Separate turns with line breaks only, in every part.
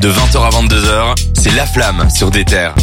De 20h à 22h, c'est La Flamme sur des terres.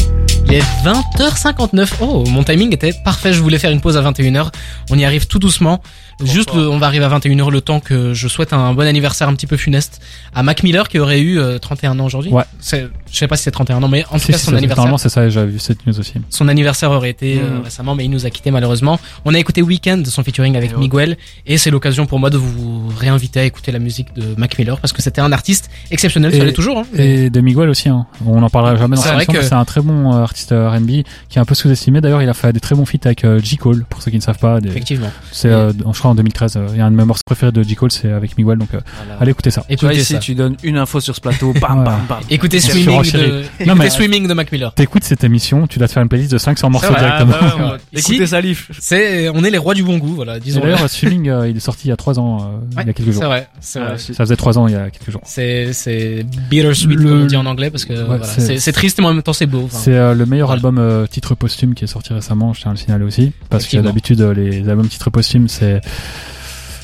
Il est 20h59. Oh, mon timing était parfait. Je voulais faire une pause à 21h. On y arrive tout doucement. Juste, le- on va arriver à 21h le temps que je souhaite un bon anniversaire un petit peu funeste à Mac Miller qui aurait eu euh, 31 ans aujourd'hui.
Ouais.
C'est- Je sais pas si c'est 31 ans, mais en tout
Si,
cas,
si,
son
ça-
anniversaire.
Normalement, c'est ça, j'avais vu cette news aussi.
Son anniversaire aurait été euh,
Mm.
récemment, mais il nous a quitté malheureusement. On a écouté Weekend, son featuring avec
Eh
Et ouais.
Miguel, et c'est l'occasion pour moi de vous réinviter à écouter la musique de Mac Miller parce que c'était un artiste exceptionnel, ça
Et-
l'est toujours. hein.
Et de Miguel aussi, hein. on n'en parlera jamais dans
C'est
cette
vrai
émission,
que-
mais c'est un très bon euh, artiste euh, RB qui est un peu sous-estimé. D'ailleurs, il a fait des très bons feats avec euh, J. Cole, pour ceux qui ne savent pas. Des-
Effectivement.
C'est, euh, en- je crois, en 2013. euh, Il y a un de mes morceaux préférés de J. Cole, c'est avec Miguel, donc euh, allez écouter ça.
Tu vois,
Écoutez
ici,
ça.
tu donnes une info sur ce plateau, bam,
Ouais.
bam, bam.
Écoutez
On se
Swimming
fait
de,
renchérir. Non, mais-
écoutez Swimming de Mac Miller.
T'écoutes cette émission, tu dois te faire une playlist de 500 morceaux
vrai.
directement.
Ah, bah ouais, on va-
Ici-
Écoutez Salif.
C'est, on est les rois du bon goût, voilà,
Et
disons.
D'ailleurs, Swimming, euh, il est sorti il y a 3 ans, euh, il y a quelques
C'est
jours.
vrai, c'est vrai.
Ça faisait 3 ans il y a quelques jours.
C'est, c'est bittersweet,
Le-
comme on dit en anglais, parce que
Ouais,
voilà,
c'est-
c'est, c'est triste, mais en même temps, c'est beau. enfin.
C'est euh, le meilleur
Voilà.
album euh, titre posthume qui est sorti récemment, je tiens à le signaler aussi. Parce que
Effectivement.
d'habitude, euh, les albums titre posthume, c'est.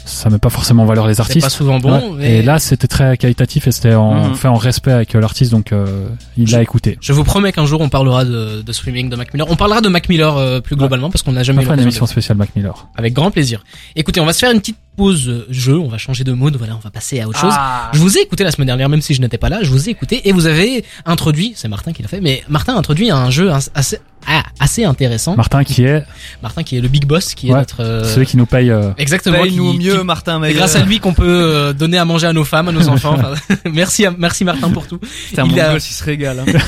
Ça met pas forcément en valeur les
c'est pas
artistes.
souvent bon.
Ouais.
mais
Et là, c'était très qualitatif et c'était en,
Mhm.
fait en respect avec euh, l'artiste, donc euh, il l'a écouté.
je vous promets qu'un jour, on parlera de, de Swimming de Mac Miller. On parlera de Mac Miller euh, plus globalement, parce qu'on n'a
On
jamais eu
fera une
l'occasion
émission spéciale Mac Miller.
de- Avec grand plaisir. Écoutez, on va se faire une petite pause euh, jeu. On va changer de mode. Voilà, on va passer à autre chose.
Ah.
Je vous ai écouté la semaine dernière, même si je n'étais pas là, je vous ai écouté et vous avez introduit, c'est Martin qui l'a fait, mais Martin a introduit un jeu ins- assez, ah, assez intéressant.
Martin qui est
Martin qui est le big boss, qui est
Ouais,
notre... euh,
celui qui nous paye euh,
Exactement.
Paye-nous
qui-
mieux,
qui-
Martin
C'est
Mayer.
grâce à lui qu'on peut euh, donner à manger à nos femmes, à nos enfants. Enfin, merci, à- merci Martin pour tout.
Putain,
il
mon
a-
gosse, il se régale. hein.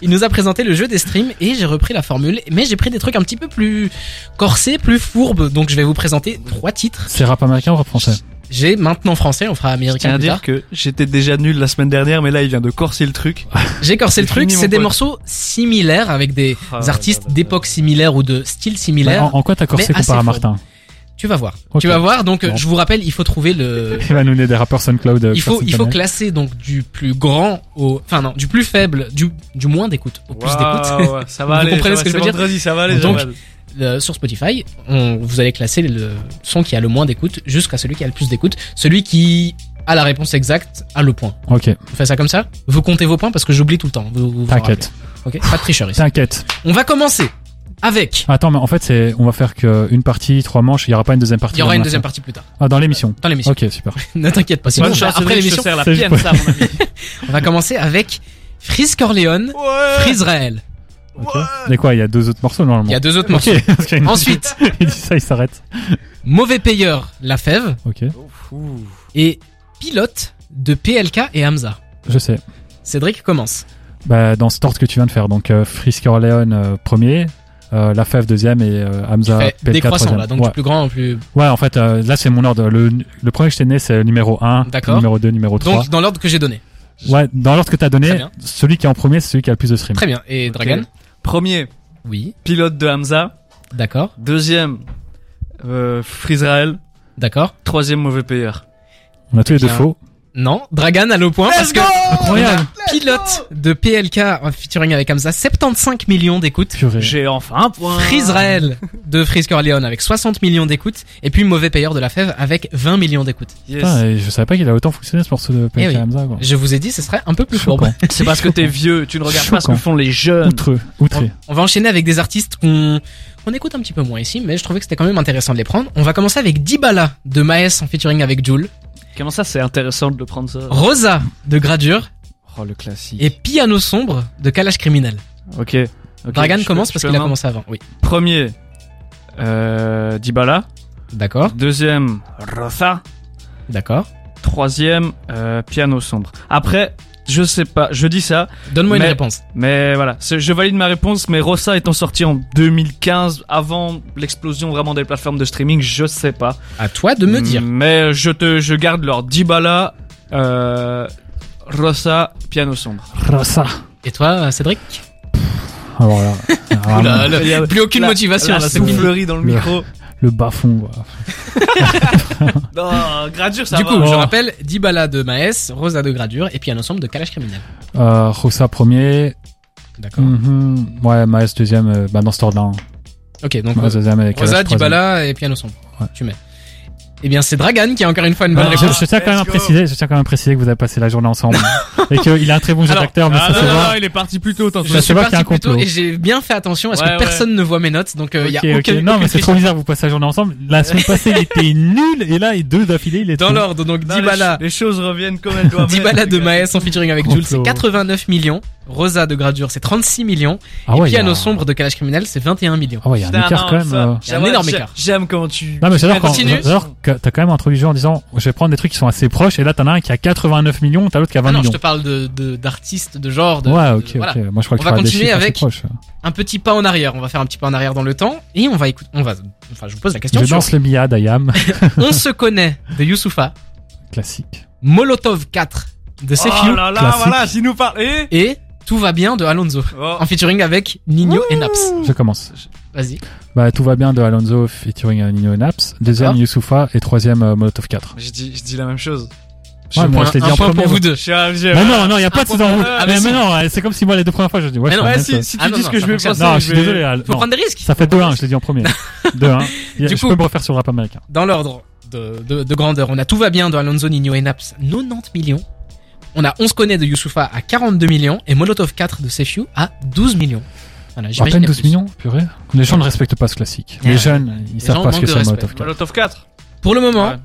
Il nous a présenté le jeu des streams et j'ai repris la formule, mais j'ai pris des trucs un petit peu plus corsés, plus fourbes. Donc je vais vous présenter trois titres.
c'est rap américain ou rap français
J'ai maintenant français, on fera
Je tiens
américain
à
plus
dire
tard.
que j'étais déjà nul la semaine dernière, mais là, il vient de corser le truc.
J'ai corsé le
C'est
truc,
fini,
c'est
mon
des
pote.
morceaux similaires avec des
Ah, là,
artistes
là, là,
d'époque similaire ou de style similaire.
Bah, en, en quoi t'as corsé
mais assez
comparé à
fort.
Martin
Tu vas voir.
Ok.
Tu vas voir. Donc
Bon.
je vous rappelle, il faut trouver le.
Il va nous donner des rappeurs SoundCloud. euh,
Euh, Il faut,
personne
il faut
connaît.
classer donc du plus grand au, enfin non, du plus faible, du, du moins d'écoute au plus d'écoute.
Waouh, ouais, ça va
Vous
aller.
comprenez
ça
ce que
va,
je veux
c'est
dire
vendredi, ça va aller.
Donc,
Jamal.
Euh, sur Spotify, on, vous allez classer le son qui a le moins d'écoute jusqu'à celui qui a le plus d'écoute. Celui qui a la réponse exacte a le point.
Ok,
On fait ça comme ça Vous comptez vos points parce que j'oublie tout le temps. Vous, vous vous
t'inquiète,
rappelez. Ok, pas de tricherie.
t'inquiète.
On va commencer avec.
Attends, mais en fait, c'est, on va faire qu'une partie, trois manches. Il y aura pas une deuxième partie.
Il y aura
dans
une
la-
deuxième partie plus tard
Ah, dans l'émission.
dans l'émission.
Ok, super.
Ne t'inquiète pas. Sinon,
Bonne chance, Cédric,
après
je
l'émission,
te serre la
C'est-
pienne, ça, mon ami.
on va commencer avec Freeze Corleone,
Ouais.
Freeze Raël.
Ok. Mais quoi, il y a deux autres morceaux normalement.
Il y a deux autres
Ok.
morceaux.
parce qu'il y a une-
Ensuite,
il dit ça, il s'arrête.
Mauvais Payeur, La Fève
Ok,
Ouh.
et Pilote de PLK et Hamza.
je sais.
Cédric commence.
Bah, dans cet ordre que tu viens de faire, donc euh, Frisk Orleans euh, premier, euh, La Fève deuxième et euh,
Tu
Hamza
fais
PLK
décroissant
troisième.
là, donc
ouais.
du plus grand au plus
Ouais, en fait, euh, là c'est mon ordre. Le, le premier que je t'ai né, c'est le numéro 1,
D'accord.
numéro 2, numéro 3.
Donc dans l'ordre que j'ai donné.
ouais, dans l'ordre que t'as
Très
donné,
bien.
celui qui est en premier, c'est celui qui a le plus de streams.
Très bien. Et Dragon
Premier,
Oui.
pilote de Hamza.
D'accord.
Deuxième, euh, Frisrael.
D'accord.
Troisième, mauvais payeur.
On a tous les deux
Bien.
faux.
Non, Dragon a le point parce que
Incroyable.
pilote de PLK en featuring avec Hamza, 75 millions d'écoutes.
Purée.
J'ai enfin un point.
Frisrael de Freeze Corleone avec 60 millions d'écoutes et puis Mauvais Payeur de la Fève avec 20 millions d'écoutes.
Yes.
Putain, et je savais pas qu'il a autant fonctionné ce morceau de PLK
Eh oui.
Hamza, quoi.
Je vous ai dit, ce serait un peu plus
Choquant.
fort.
C'est parce que t'es vieux, tu ne regardes pas ce que
Choquant.
font les jeunes.
Outreux, outré.
On va enchaîner avec des artistes qu'on qu'on écoute un petit peu moins ici, mais je trouvais que c'était quand même intéressant de les prendre. On va commencer avec Dibala de Maes en featuring avec Joule,
Comment ça, c'est intéressant de le prendre ça
Rosa de Gradure
Oh, le classique.
et Piano Sombre de Kalash Criminel.
Ok. ok,
Dragan
je-
commence
je
parce
peux
qu'il a
m'en-
commencé avant. Oui.
Premier, euh, Dybala.
D'accord,
Deuxième, Rosa.
d'accord.
Troisième, euh, Piano Sombre. Après, je sais pas, je dis ça,
Donne-moi une
Mais-
réponse.
mais voilà, c'est- je valide ma réponse, mais Rosa étant sorti en 2015, avant l'explosion vraiment des plateformes de streaming, je sais pas.
À toi de me
Hmm.
dire.
Mais je te, je garde leur Dybala, euh, Rosa, Piano Sombre.
Rasa.
Et toi, Cédric
Alors là, vraiment,
Oula, là,
Il y a-
Plus aucune
la-
motivation.
la
là, c'est fini.
soufflerie dans le
Le-
micro.
le bas fond. quoi.
Non, gradure, ça
du
va.
coup, je
Oh.
rappelle Dibala de Maes, Rosa de Gradure et puis un ensemble de Kalash Criminel.
Euh, Rosa premier.
D'accord.
mhm, Ouais, Maes deuxième. euh, bah dans ce ordre-là. hein.
Ok, donc
Maes deuxième avec
Rosa,
Kalash troisième.
Dibala et Piano Sombre.
Ouais. Ah,
Tu mets. Eh bien, c'est Dragan qui a encore une fois une bonne
Voilà, je,
réponse.
je tiens quand même à
let's go.
préciser, je tiens quand même à préciser que vous avez passé la journée ensemble et qu'il a un très bon jeu
Alors,
d'acteur, mais
ah,
ça
non,
se
non,
voit.
non, il est parti plus tôt, tantôt.
Je sais pas
parti
qu'il y a un
plus tôt
complot.
et j'ai bien fait attention à ce
Ouais,
que
ouais.
personne ne voit mes notes, donc euh, il
Ok,
y a
ok.
aucun.
Non, mais
aucune
c'est trop bizarre, vous passez la journée ensemble. La semaine passée, il était nul, et là, et deux d'affilée, il est
Dans l'ordre, donc
Non, les-
Dybala,
Les choses reviennent comme elles doivent.
Dybala
être,
de
les gars.
Maes en featuring avec Jules, c'est
Complot.
89 millions. Rosa de Gradure, c'est 36 millions.
Ah
et
ouais, il y a-
Piano Sombre de Kalash Criminel, c'est 21 millions.
Ah ouais, il y a
Putain,
un écart
non,
quand même.
ça-
euh.
Il y a un
j'aime-
énorme
j'aime-
écart.
J'aime quand tu.
Non, mais j'adore quand,
Bah, Continue.
j'adore que t'as quand même introduit en disant, je vais prendre des trucs qui sont assez proches, et là, t'en as un qui a 89 millions, t'as l'autre qui a 20
Ah non, je
millions.
te parle de de- d'artistes, de, genre. De,
ouais,
de-
ok, ok.
voilà.
Moi, je crois que
On
tu
va
parlais des
continuer
chiffres assez
avec-
proches.
Un petit pas en arrière. On va faire un petit pas en arrière dans le temps et on va écouter. On va. Enfin, je vous pose la question.
Je
sur
danse le Miad, Ayam,
on se connaît de Youssoufa,
classique.
Molotov 4 de Sefiu
Oh là là,
classique.
voilà, s'il nous parle. Et.
et Tout va bien de Alonso
Oh.
en featuring avec Nino et Naps.
Je commence.
Vas-y.
Bah, tout va bien de Alonso featuring euh, Nino et Naps, deuxième
D'accord.
Youssoufa et troisième euh, Molotov 4.
Je dis, je dis la même chose.
Ouais, moi,
Un-
je t'ai dit
un
en
point
premier.
pour vous deux.
Je suis un vieux.
Mais non, non, il y a
un
pas de
point
sous en
pour-
route.
ah,
mais,
mais si.
non, c'est comme si moi les deux premières fois je dis ouais,
Mais
je
non,
suis
Ouais,
un
si,
net.
si tu
Ah non,
dis ce
non,
que je
ça
vais
fonctionne.
penser,
Non, je suis
vais-
désolé. Al-
Faut
Ah, non.
prendre des risques.
Ça fait 2-1, je l'ai dit en premier. 2-1. Je
Du coup-
peux me refaire sur le rap américain.
Dans l'ordre de, de- de grandeur, on a Tout va bien de Alonso, Nino et Naps, 90 millions. On a On se connaît de Youssoufa à 42 millions et Molotov 4 de Sefiu à 12 millions. Voilà,
À
j'imagine.
peine
qu'il y a
12
plus.
millions, purée. Les gens ne respectent pas ce classique.
Ouais.
Les jeunes, ils
gens
savent pas ce
manquent
que
de
c'est le
respect.
Molotov 4.
Molotov 4.
Pour le moment,
Ouais.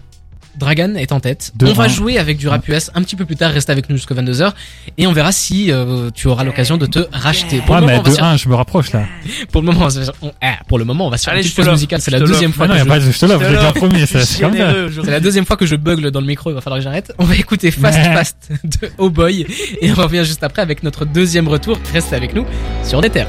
Dragan est en tête.
Deux,
on va
un.
jouer avec du rap US un petit peu plus tard. Reste avec nous jusqu'à 22h et on verra si euh, tu auras l'occasion de te racheter. Pour,
Ouais,
le moment,
mais
on va sur-
2-1, je me rapproche là.
pour le moment, on va sur- on- ah, pour le moment, on va sur
Allez,
une petite
je te
pause
l'offre,
musicale.
je
C'est
te
la deuxième
Mais
fois.
non, y
que
a
je...
pas de je te l'offre,
Je
je
te
l'ai dit en
l'offre.
premier, ça,
Je
c'est
suis
comme ça.
généreux
C'est
aujourd'hui.
la deuxième fois que je bug le- dans le micro, il va falloir que j'arrête. On va écouter Fast
Mais-
Fast de Oh Boy et on revient juste après avec notre deuxième retour. Restez avec nous sur des terres.